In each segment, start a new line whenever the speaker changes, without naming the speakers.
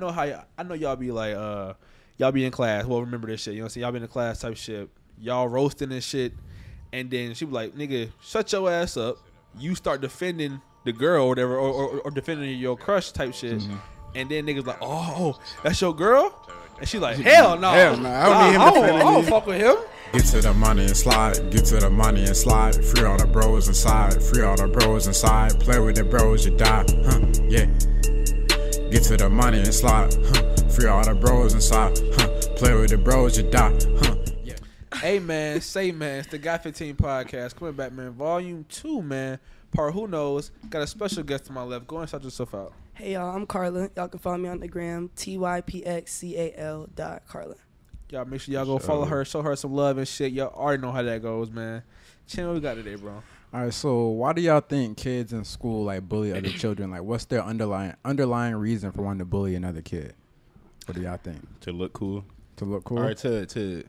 know how y- I know y'all be like uh y'all be in class. Well, remember this shit. You know what I'm saying? Y'all be in the class type shit. Y'all roasting this shit, and then she be like, "Nigga, shut your ass up." You start defending the girl or whatever, or, or, or defending your crush type shit,
Mm-hmm.
and then niggas like, "Oh, that's your girl," and she like, "Hell no,
Hell no, I don't need him
I don't,
defending
I don't
me."
fuck with him."
Get to the money and slide, get to the money and slide. Free all the bros inside, free all the bros inside. Play with the bros, you die, huh? Yeah. Get to the money and slide, huh? Free all the bros inside, huh? Play with the bros, you die, huh? Yeah.
hey man, say man, it's the Guy 15 podcast coming back, man. Volume two, man. Part who knows? Got a special guest to my left. Go and shout yourself out.
Hey y'all, I'm Carla. Y'all can follow me on the gram, T Y P X C A L dot Carla.
Y'all make sure y'all go follow her, show her some love and shit. Y'all already know how that goes, man. Chin, what we got today, bro?
All right, so why do y'all think kids in school like bully other children? Like, what's their underlying underlying reason for wanting to bully another kid? What do y'all think?
to look cool.
To look cool?
Or to to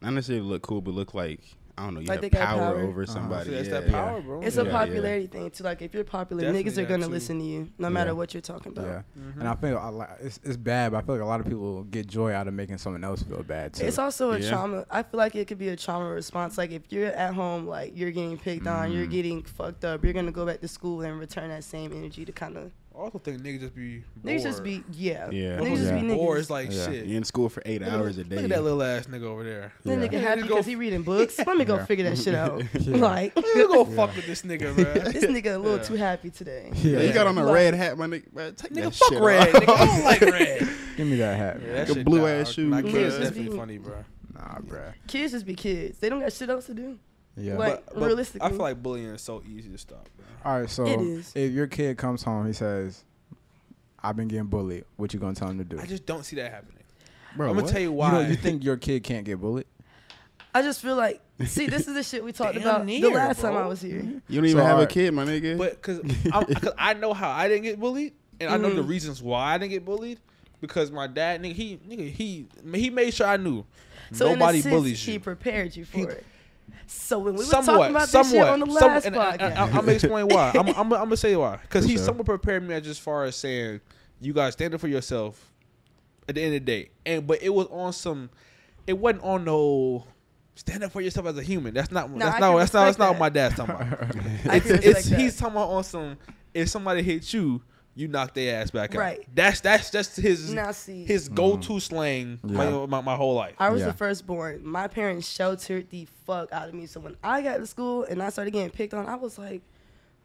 not necessarily look cool, but look like I don't know, you
Like they
have
got
power,
power.
over somebody.
See, Oh, that's
yeah,
that power, bro.
It's a
Yeah,
popularity thing too. Like if you're popular,
Definitely
niggas are
that
gonna
too.
listen to you
Yeah.
no matter what you're talking about.
Yeah, and I feel a lot, it's it's bad, but I feel like a lot of people get joy out of making someone else feel bad too.
It's also a
Yeah.
trauma. I feel like it could be a trauma response. Like if you're at home, like you're getting picked on, you're getting fucked up, you're gonna go back to school and return that same energy to kind of
I also think niggas just be
niggas just
bored.
be yeah,
Yeah.
niggas just be
Yeah.
niggas.
Or it's like
Yeah.
shit.
You in school for eight hours a day.
Look at that little ass nigga over there.
That
Yeah.
nigga happy
Niggas go-
because he reading books. Let me go figure that shit out.
Yeah.
Like
You
this
go fuck with this nigga, man.
nigga a little
Yeah.
too happy today.
yeah, you got on a
Like-
red hat, my nigga. bruh, take that
nigga,
shit
fuck red.
off.
Nigga, I don't like red.
Give me that hat.
Yeah,
man.
that
Your
shit
blue
nah,
ass
nah,
shoes,
kids
bro.
is definitely
Just
funny, bro.
Nah, bruh.
Kids just be kids. They don't got shit else to do.
Yeah.
Like, realistically.
I feel like bullying is so easy to stop, man.
All right, so
It is.
if your kid comes home, he says, "I've been getting bullied." What you gonna tell him to do?
I just don't see that happening.
Bro,
I'm gonna
what?
tell you
You,
why.
don't- you think your kid can't get bullied?
I just feel like, see, this is the shit we talked
Damn
about
near,
the last time
bro.
I was here.
You don't even have a
Sorry.
kid, my nigga.
But because I know how I didn't get bullied, and I know
Mm.
the reasons why I didn't get bullied, because my dad, nigga, he, nigga, he, he made sure I knew
So
nobody
in a sense,
bullies
He
you.
prepared you for it. So when we were
somewhat,
talking about
somewhat,
this shit on the
some-
last
and,
podcast,
and, and, I'm gonna explain why. I'm, I'm, I'm gonna say why. Because
For
he
sure.
somewhat prepared me as just far as saying, you guys stand up for yourself. At the end of the day, and but it was on some, it wasn't on no. Stand up for yourself as a human. That's not.
No,
that's
I
not.
can
That's not. That's
respect
not
that.
what my dad's talking about.
I
it's,
can respect
it's
that.
he's talking about on some. If somebody hits you, you knock their ass back out.
Right.
That's that's that's his
Now, see.
his
Mm-hmm.
go to slang my,
Yeah.
my, my whole life.
I was
Yeah.
the firstborn. My parents sheltered the fuck out of me. So when I got to school and I started getting picked on, I was like,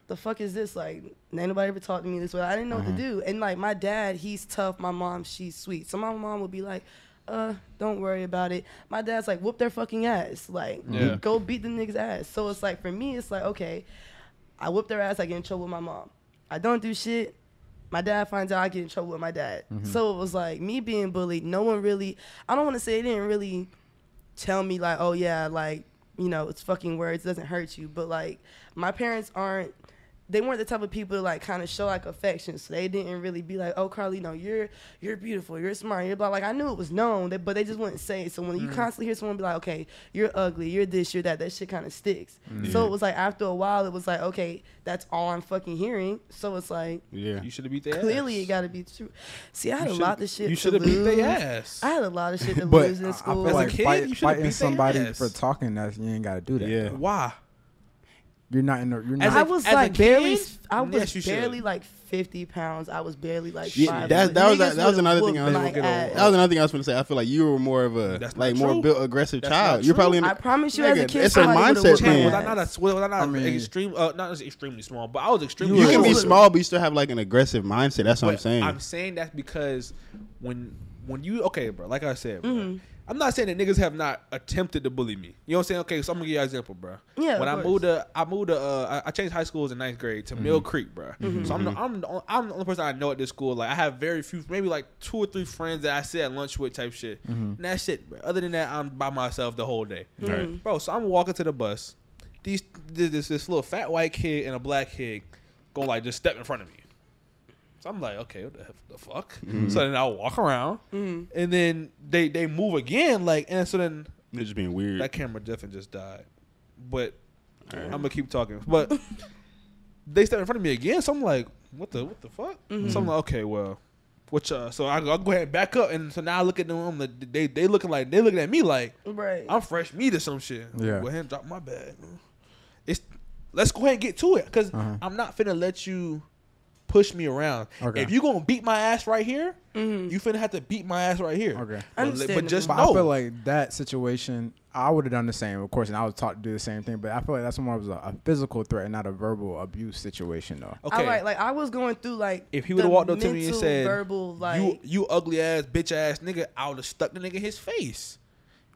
the fuck is this? Like, ain't nobody ever talked to me this way. I didn't know what to do. And like, my dad, he's tough. My mom, she's sweet. So my mom would be like, uh, don't worry about it. My dad's like, whoop their fucking ass. Like,
Yeah.
go beat the niggas ass. So it's like, for me, it's like, okay, I whoop their ass. I get in trouble with my mom. I don't do shit. My dad finds out I get in trouble with my dad. So it was like me being bullied. No one really. I don't want to say they didn't really tell me like, oh yeah, like you know, it's fucking words. It doesn't hurt you. But like, my parents aren't. They weren't the type of people to like kind of show like affection. So they didn't really be like, oh Carly, no, you're you're beautiful. You're smart. You're blah. Like I knew it was known, they- but they just wouldn't say it. So when you constantly hear someone be like, okay, you're ugly. You're this. You're that. That shit kind of sticks. So it was like after a while, it was like, okay, that's all I'm fucking hearing. So it's like
yeah.
You should have beat their
clearly
ass.
it got to be true. See, I had
You
a
shoulda-
lot of shit.
You
to
should have beat
lose.
their ass.
I had a lot of shit to
But
lose
I-
in
I
school.
feel
As a
like
kid,
fight-
you should've beat
fighting
their
somebody
ass.
for talking that you ain't got to do that.
Yeah.
Why?
You're not in. The, you're
As
not.
I
a-
was
as a
like barely,
kid?
I was
Yes, you should.
barely like fifty pounds. I was barely like
Yeah,
five.
that- that was-
Niggas
that was
would've
another thing I
whooped
was gonna
get
my
on.
ass.
That was another thing I was gonna say. I feel like you were more of a
That's not
like
true.
more built aggressive
That's not
child. You're
true.
probably in
I
the,
promise you,
Nigga,
as a kid,
it's a
somebody would've
mindset
whooped my
thing.
Was I
ass.
not a was I not
I mean-
extreme? Uh, not just extremely small, but I was extremely.
you can be
Absolutely.
short.
small, but you still have like an aggressive mindset. That's what I'm
But
saying.
I'm saying that's because when when you okay, bro. Like I said, bro,
Mm-hmm.
I'm not saying that niggas have not attempted to bully me. You know what I'm saying? Okay, so I'm gonna give you an example, bro.
Yeah,
When
of
I
course.
moved to I moved to uh, I I changed high schools in ninth grade to Mill Creek, bro. So I'm the, I'm the only, I'm the only person I know at this school. Like I have very few, maybe like two or three friends that I sit at lunch with, type shit. And that's it, bro. Other than that, I'm by myself the whole day,
Right.
bro. So I'm walking to the bus. These this this- this little fat white kid and a black kid go like just step in front of me. So I'm like, okay, what the, f- the fuck? So then I walk around, and then they they move again, like, and so then
It's just being weird.
that camera definitely just died. But I'm gonna keep talking. But
Mm-hmm.
they step in front of me again, so I'm like, what the what the fuck? So I'm like, okay, well, Which uh, so I, I'll go ahead and back up, and so now I look at them. I'm like, they they looking like they looking at me like
Right.
I'm fresh meat or some shit.
Yeah.
Go ahead and drop my bag. It's let's go ahead and get to it because
Uh-huh.
I'm not finna let you push me around.
Okay.
If you gonna beat my ass right here, you finna have to beat my ass right here.
Okay.
But, li- but just
Understandable.
Mm-hmm.
know.
But I feel like that situation, I would have done the same, of course, and I was taught to do the same thing. But I feel like that's more of a, a physical threat and not a verbal abuse situation, though.
okay.
All right, like I was going through like
if he
the
would have walked up to me and
mental,
said,
verbal like
"You you ugly ass bitch ass nigga," I would have stuck the nigga in his face,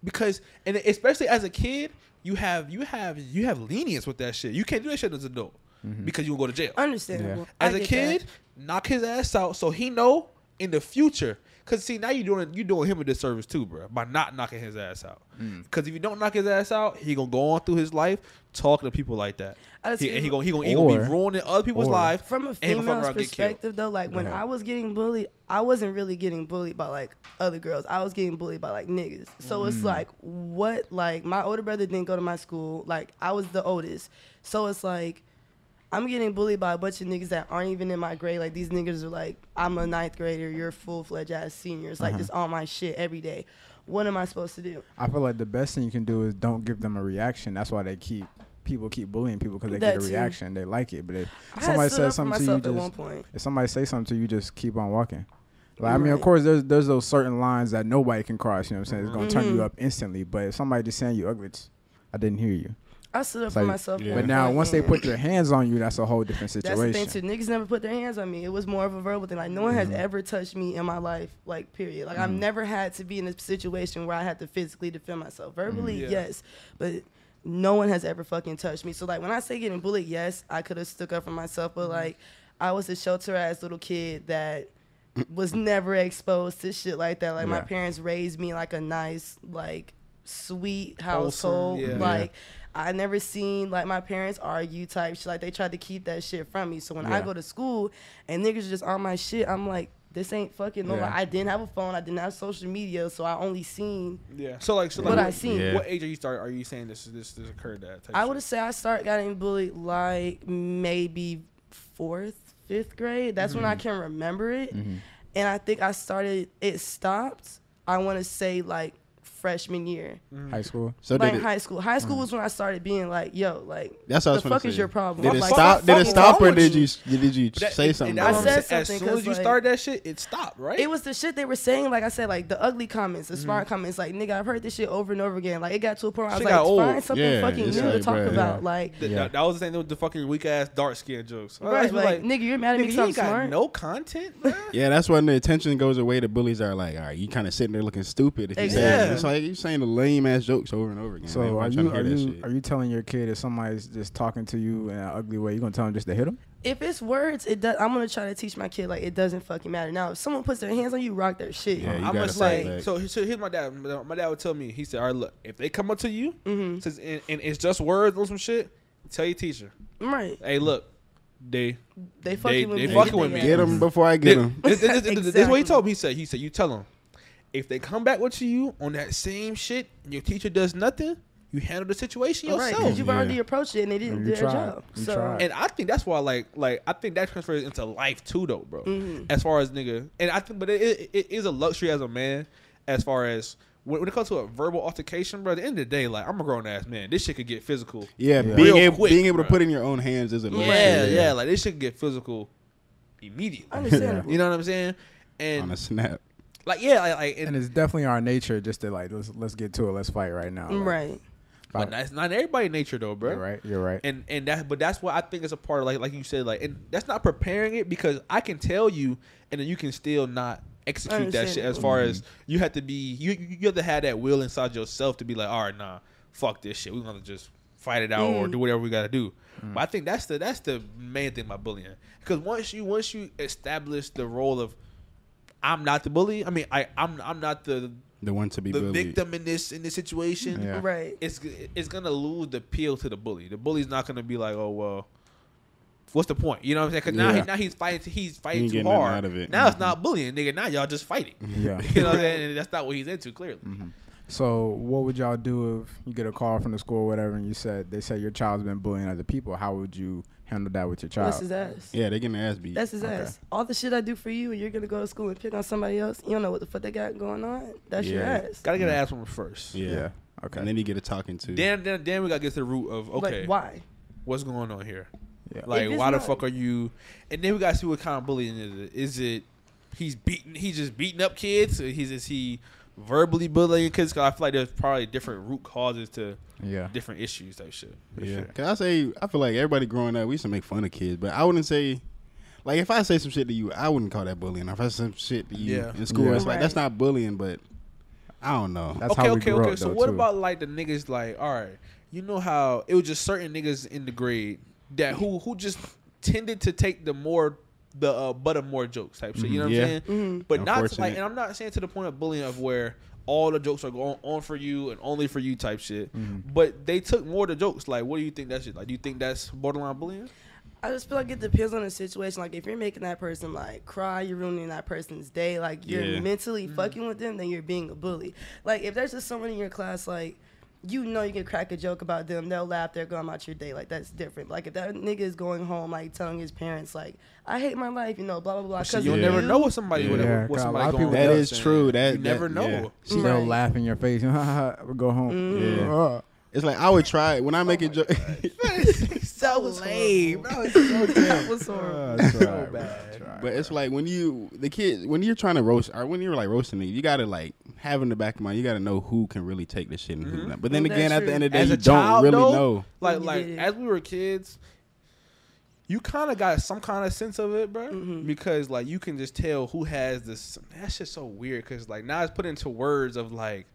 because and especially as a kid, you have you have you have lenience with that shit. You can't do that shit as an adult
Mm-hmm.
because you will go to jail.
understandable. I
As a
get
kid,
that.
knock his ass out so he know in the future. Cause see now you doing you doing him a disservice too, bro, by not knocking his ass out.
Mm.
Cause if you don't knock his ass out, he gonna go on through his life talking to people like that.
I just
He,
feel
and he
like-
gonna he gonna, he gonna
Or-
be ruining other people's
or-
lives
from a
and he gonna fuck
female's
around and get killed.
perspective though, like when
ahead.
I was getting bullied, I wasn't really getting bullied by like other girls. I was getting bullied by like niggas. So
Mm.
it's like what like my older brother didn't go to my school. Like I was the oldest. So it's like I'm getting bullied by a bunch of niggas that aren't even in my grade. Like these niggas are like, I'm a ninth grader, you're full fledged ass seniors,
Uh-huh.
like just on my shit every day. What am I supposed to do?
I feel like the best thing you can do is don't give them a reaction. That's why they keep people keep bullying people because they
That
get a
too.
reaction. They like it, but if
I had
somebody
stood
says
up
something
for
to you,
myself at one
just
point.
if somebody says something to you, just keep on walking. Like I mean, of
Right.
course, there's there's those certain lines that nobody can cross. You know what I'm saying? It's gonna
Mm-hmm.
turn you up instantly. But if somebody just saying you ugly, it's, I didn't hear you.
I stood up
It's
for
like-
myself. at
But
one
now
point,
once they
and-
put their hands on you, that's a whole different
Mm-hmm. That's
situation.
the thing too. Niggas never put their hands on me. It was more of a verbal thing. Like no one has
Mm-hmm.
ever touched me in my life. Like period. Like I've never had to be in a situation where I had to physically defend myself. Verbally,
Mm-hmm. Yeah.
yes, but no one has ever fucking touched me. So like when I say getting bullied, yes, I could have stuck up for myself,
Mm-hmm.
but like I was a shelter ass little kid that was never exposed to shit like that. Like my
Yeah.
parents raised me like a nice like sweet
Wholesome,
household.
yeah.
Like like I never seen like my parents argue type shit. Like they tried to keep that shit from me. So when I
Yeah.
go to school and niggas just on my shit, I'm like, this ain't fucking normal.
Yeah.
I didn't have a phone. I didn't have social media, so I only seen.
Yeah. So like, so like,
What I seen.
Yeah.
What age are you start? Are you saying this this this occurred at? type
I would
shit?
say I start getting bullied like maybe fourth, fifth grade. That's
Mm-hmm.
when I can remember it. And I think I started. It stopped. I want to say like freshman year,
High school.
So
like
did it, Uh-huh.
high school. High school was when I started being like, yo, like
that's what I
the
was
fuck
finna
is
say.
your problem?
Did
I'm
it
like,
stop?
"What the
Did it
fuck is
stop
wrong with
or did you did you
That-
say
and-
something?
And I
about
about it?
said
it.
as
something,
soon as
'cause,
you
like-
start that shit, it stopped. Right.
It was the shit they were saying, like I said, like the ugly comments, the smart comments. Like, nigga, I've heard this shit over and over again. Like, it got to a point where I was
Shit
like,
got
find
old.
something
Yeah,
fucking new
it's
to
like,
talk
bruh,
about.
yeah.
Like,
Th-
Yeah.
that, that was the thing with the fucking weak ass dark skin jokes. I
right,
was
like, nigga, you're mad at me
nigga,
because
you
I'm
ain't got
smart.
no content. bruh.
Yeah, that's when the attention goes away. The bullies are like, all right, you kind of sitting there looking stupid. If you say it.
Yeah.
It's like you saying the lame ass jokes over and over again. They
So
weren't
are
trying
you
to hear
are
that
you
shit.
are you telling your kid if somebody's just talking to you in an ugly way, you gonna tell them just to hit them?
If it's words, it does. I'm gonna try to teach my kid like it doesn't fucking matter. Now, if someone puts their hands on you, rock their shit.
Yeah, you
I'm
gotta
just
fight
like,
back.
so, so here's my dad. My my dad would tell me, he said, "All right, look, if they come up to you,
Mm-hmm.
says, and, and it's just words or some shit, tell your teacher,
Right?
hey, look, they
They fucking
They-
with
they
me.
fucking with
They
me.
mad.
get
Mm-hmm.
them before I get
Th-
them.
This, this- this- this is what he
Exactly.
told me. He said, he said, you tell them if they come back with you on that same shit, and your teacher does nothing, you handle the situation
Right?
yourself.
Because you've already
Yeah.
approached it and they didn't
You
do their
tried.
job.
You
so
tried.
and I think that's why, like, like I think that transfers into life too, though, bro. As far as nigga, and I think, but it, it, it is a luxury as a man, as far as when, when it comes to a verbal altercation, bro. At the end of the day, like, I'm a grown ass man. This shit could get physical.
Yeah.
Yeah, being
Real
able
quick,
being able to
bruh.
put it in your own hands is a luxury.
yeah, yeah, Like this shit could get physical immediately.
understandable.
You know what I'm saying?
On
And
a snap.
like, yeah, like, like and,
And it's definitely our nature just to like let's let's get to it, let's fight right now. Like,
Right.
but that's not everybody nature though, bro.
You're right. You're right.
and and that but that's what I think is a part of like like you said like and that's not preparing it because I can tell you and then you can still not execute that shit as far as
Mm-hmm.
you have to be you you have to have that will inside yourself to be like all right nah fuck this shit we're gonna just fight it out or do whatever we gotta do
Mm.
but I think that's the that's the main thing about bullying because once you once you establish the role of I'm not the bully I mean I I'm I'm not the
The one to be
the
bullied.
victim in this in this situation
Yeah.
Right.
it's it's gonna lose the appeal to the bully. The bully's not gonna be like, oh well, what's the point? You know what I'm saying? Because now he,
Yeah.
now he's fighting he's fighting
ain't
too
getting nothing
hard.
out of it. Mm-hmm.
Now it's not bullying, nigga. Now y'all just fighting.
Yeah.
you know what I'm saying? And that's not what he's into clearly.
Mm-hmm.
So what would y'all do if you get a call from the school or whatever and you said they said your child's been bullying other people, how would you handle that with your child.
That's his ass.
Yeah, they getting their ass beat.
That's his ass. All the shit I do for you, and you're gonna go to school and pick on somebody else. You don't know what the fuck they got going on. That's your
Yeah.
ass.
Gotta get an ass woman first.
yeah.
Yeah. Okay.
And then you get a talking to.
Then, then, then we gotta get to the root of okay,
Like why?
what's going on here?
Yeah.
Like,
If it's
why the
not-
fuck are you? And then we gotta see what kind of bullying is it. Is it he's beating? He's just beating up kids. Or he's is he verbally bullying kids? 'Cause I feel like there's probably different root causes to
yeah.
different issues. Type shit.
Yeah. Cause I say I feel like everybody growing up, we used to make fun of kids, but I wouldn't say like if I say some shit to you, I wouldn't call that bullying. If I say some shit to you
Yeah.
in school,
Yeah.
it's like that's
Right.
not bullying, but I don't know.
That's
okay,
how we
okay,
grew
okay.
up,
so
though,
what
too.
about like the niggas? Like, all right, you know how it was just certain niggas in the grade that who who just tended to take the more the uh, butt of more jokes type shit. You
Mm-hmm.
know what
Yeah.
I'm saying?
Mm-hmm.
But not to, like,
Unfortunate.
and I'm not saying to the point of bullying of where all the jokes are going on for you and only for you type shit.
Mm-hmm.
But they took more of the jokes. Like, what do you think that shit? Like, do you think that's borderline bullying?
I just feel like it depends on the situation. Like if you're making that person like cry, you're ruining that person's day. Like you're
Yeah.
mentally fucking with them, then you're being a bully. Like if there's just someone in your class, like you know you can crack a joke about them, they'll laugh, they're going about your day. Like that's different. Like if that nigga is going home, like telling his parents, like I hate my life, you know, blah blah blah.
Oh, Shit,
because
you'll
of
never
Uh, you.
know what somebody
Yeah.
what,
Yeah,
what
God, a
somebody
lot of
going
people-
on.
That
You
is true. That
you never
that-
know.
yeah.
They'll
Right.
laugh in your face. go home.
Mm.
Yeah.
Uh,
It's like I would try it when I make a joke.
That was lame.
That was Oh, so Oh,
That was horrible.
so bad.
But it's like when you the kid when you're trying to roast or when you're like roasting it, you gotta like have in the back of mind you gotta know who can really take this shit and who not. But then
Mm, that's
again, at
true.
the end of the
Mm-hmm.
day,
as
you
a
don't
child,
really
though,
know.
Like,
You
like
did it.
as we were kids, you kind of got some kind of sense of it, bro.
Mm-hmm.
Because like you can just tell who has this. That shit's so weird. Because like now it's put into words of like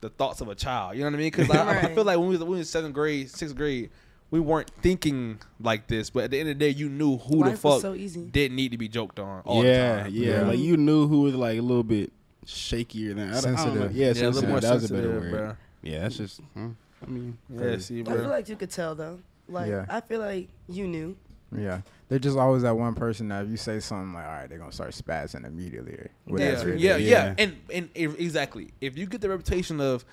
the thoughts of a child. You know what I mean? Because like, I
Right.
feel like when we was, when we was seventh grade, sixth grade, we weren't thinking like this. But at the end of the day, you knew who the
Life was
fuck
so easy.
didn't need to be joked on. All the
yeah,
time.
yeah,
Yeah.
Like you knew who was like a little bit shakier than I don't- I don't know.
Sensitive.
Yeah,
yeah, a
sensitive.
little more
that was a better
sensitive,
word.
bro.
Yeah, that's just. Huh? I mean,
Yeah, see,
I feel
bro.
like you could tell though. Like
Yeah.
I feel like you knew.
yeah. They're just always that one person that if you say something like, all right, they're gonna start spazzing immediately. Or
Yeah,
whatever it
yeah,
is.
yeah, and and if, exactly. If you get the reputation of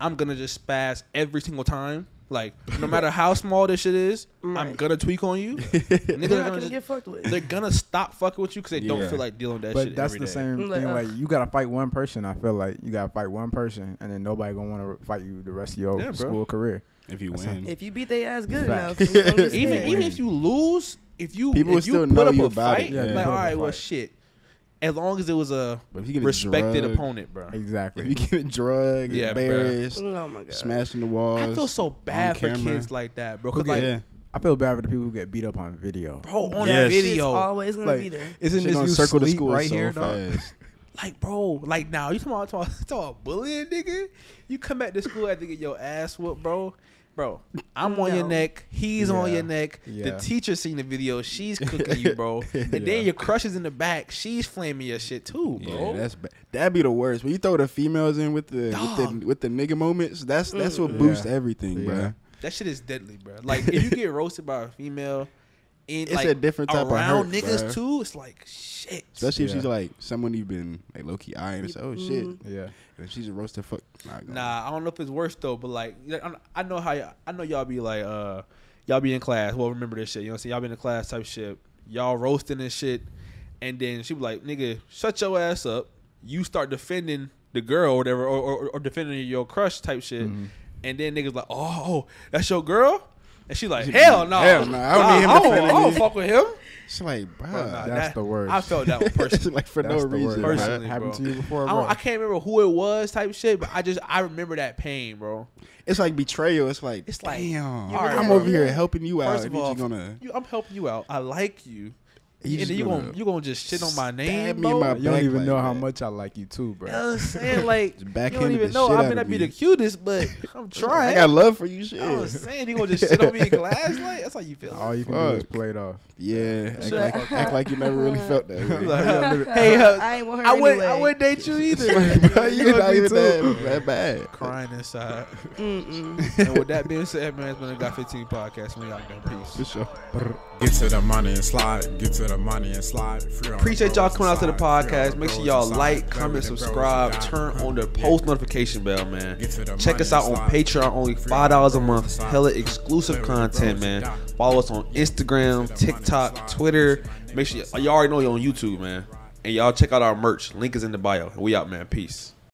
I'm gonna just spaz every single time, like no matter how small this shit is, I'm
Right.
gonna tweak on you. Niggas
You're
are gonna
not gonna
just-
get fucked with.
they're gonna stop fucking with you because they don't
Yeah.
feel like dealing with that
But
shit.
that's
every
the
day.
same
Like,
thing.
uh,
Like you gotta fight one person. I feel like you gotta fight one person, and then nobody gonna want to fight you the rest of your
Yeah, bro.
school career.
if you
That's
win,
If you beat their ass good
Fact.
enough, you don't get
Even
scared.
even if you lose, if you
People
if you
still
put
know
up
you
a
about it,
fight,
yeah.
like
Put
all
up a
right, well
fight.
shit. As long as it was a
But if you get
respected
drugged-
opponent, bro.
if
Exactly.
you get drugged,
Yeah, bruh.
embarrassed,
Oh my god.
smashing the walls.
I feel so bad for
camera.
kids like that, bro. 'cause,
Okay.
like,
yeah,
I feel bad for the people who get beat up on video.
bro, on that
Yes.
video,
It's always gonna be
Like,
there.
isn't
Shit
this
gonna
you
circle to
sleep
school
right
so
here, dog?
fast.
Like, bro, like now you talking about, talking about, talking about bullying, nigga? You come back to school after you get your ass whooped, bro. Bro, I'm on your
No.
neck. He's on
Yeah.
your neck.
Yeah.
The teacher seen the video. She's cooking you, bro. And
Yeah.
then your crush is in the back. She's flaming your shit too, bro.
Yeah, that's bad. That'd be the worst. When you throw the females in with the with
Dog.
the, with the nigga moments, that's that's what boosts
Yeah.
everything,
Yeah.
bro.
that shit is deadly, bro. Like if you get roasted by a female, in
It's
like
a different type of
around
hurt,
niggas
bro.
too. It's like shit.
Especially if
Yeah.
she's like someone you've been like low key eyeing. It's like, oh shit.
Yeah.
And if she's a roasted fuck. Nah, go.
Mm-hmm. Nah, I don't know if it's worse though, but like you know, I'm- I know how y- I know y'all be like uh y'all be in class. Well, remember this shit. You know what I'm saying? Y'all be in class type shit. Y'all roasting and shit, and then she be like, "Nigga, shut your ass up." You start defending the girl or whatever, or, or, or defending your crush type shit, and then niggas like, "Oh, oh, that's your girl," and she like, "Hell no,
Hell no, I don't need him
I don't,
defending
I don't
me."
fuck with him."
She's like,
But nah,
bruh.
that's the worst.
I felt that one personally.
It's like for
That's the
no reason.
word.
bruh.
Personally,
Happened
bro.
to you before,
I, don't,
bro?
I can't remember who it was, type shit, but I just I remember that pain, bro.
It's like betrayal. It's like,
It's like,
damn.
all right,
I'm
bro.
over here helping you out.
First of
and
all,
you gonna
you- I'm helping you out. I like you.
You
and
just
then you
gonna
gonna you gonna just shit on my
stab
name,
me in
bro.
my-
You don't
Back
even
like
know how
that.
much I like you too,
You know
bro.
what I'm saying? Like
Just
you don't
backhanded
even
the
know.
shit
I
out
mean,
of
I'd be
me.
the cutest, but I'm
I
trying.
got love for you, shit.
I was saying you gonna just shit on me in class, like that's how you feel.
All you can do is
Fuck.
play it off.
Yeah, act
Shut
like,
up.
act like you never really felt that. way.
Like, hey, uh,
I ain't want her
I wouldn't I
anyway.
wouldn't date you
It's like,
either.
bruh, you're not
me
even
too.
that, that bad.
Crying inside.
Mm-mm.
and with that being said, man, it's been a got 15 podcast. We out there. Peace.
For sure.
Get to the money and slide. Get to to the money and slide. Free on
Appreciate
the
y'all
bros
coming out to the
and slide. Free on
podcast.
the
Make sure
bros
y'all
and slide.
like,
Play
comment,
with the bros and
subscribe,
die.
turn
Huh.
on the
Yeah.
post notification bell, man.
Get to the
Check
money
us out on
and slide.
Patreon, only
Free
five dollars a
on the
month.
bros and
Hella
slide.
exclusive
Play with the bros
content,
and
man.
die.
Follow us on Instagram,
Get to the money and
TikTok,
slide.
Twitter.
Get to the
Make
money
sure
and
y'all already know you on YouTube, man. And y'all check out our merch. Link is in the bio. We out, man. Peace.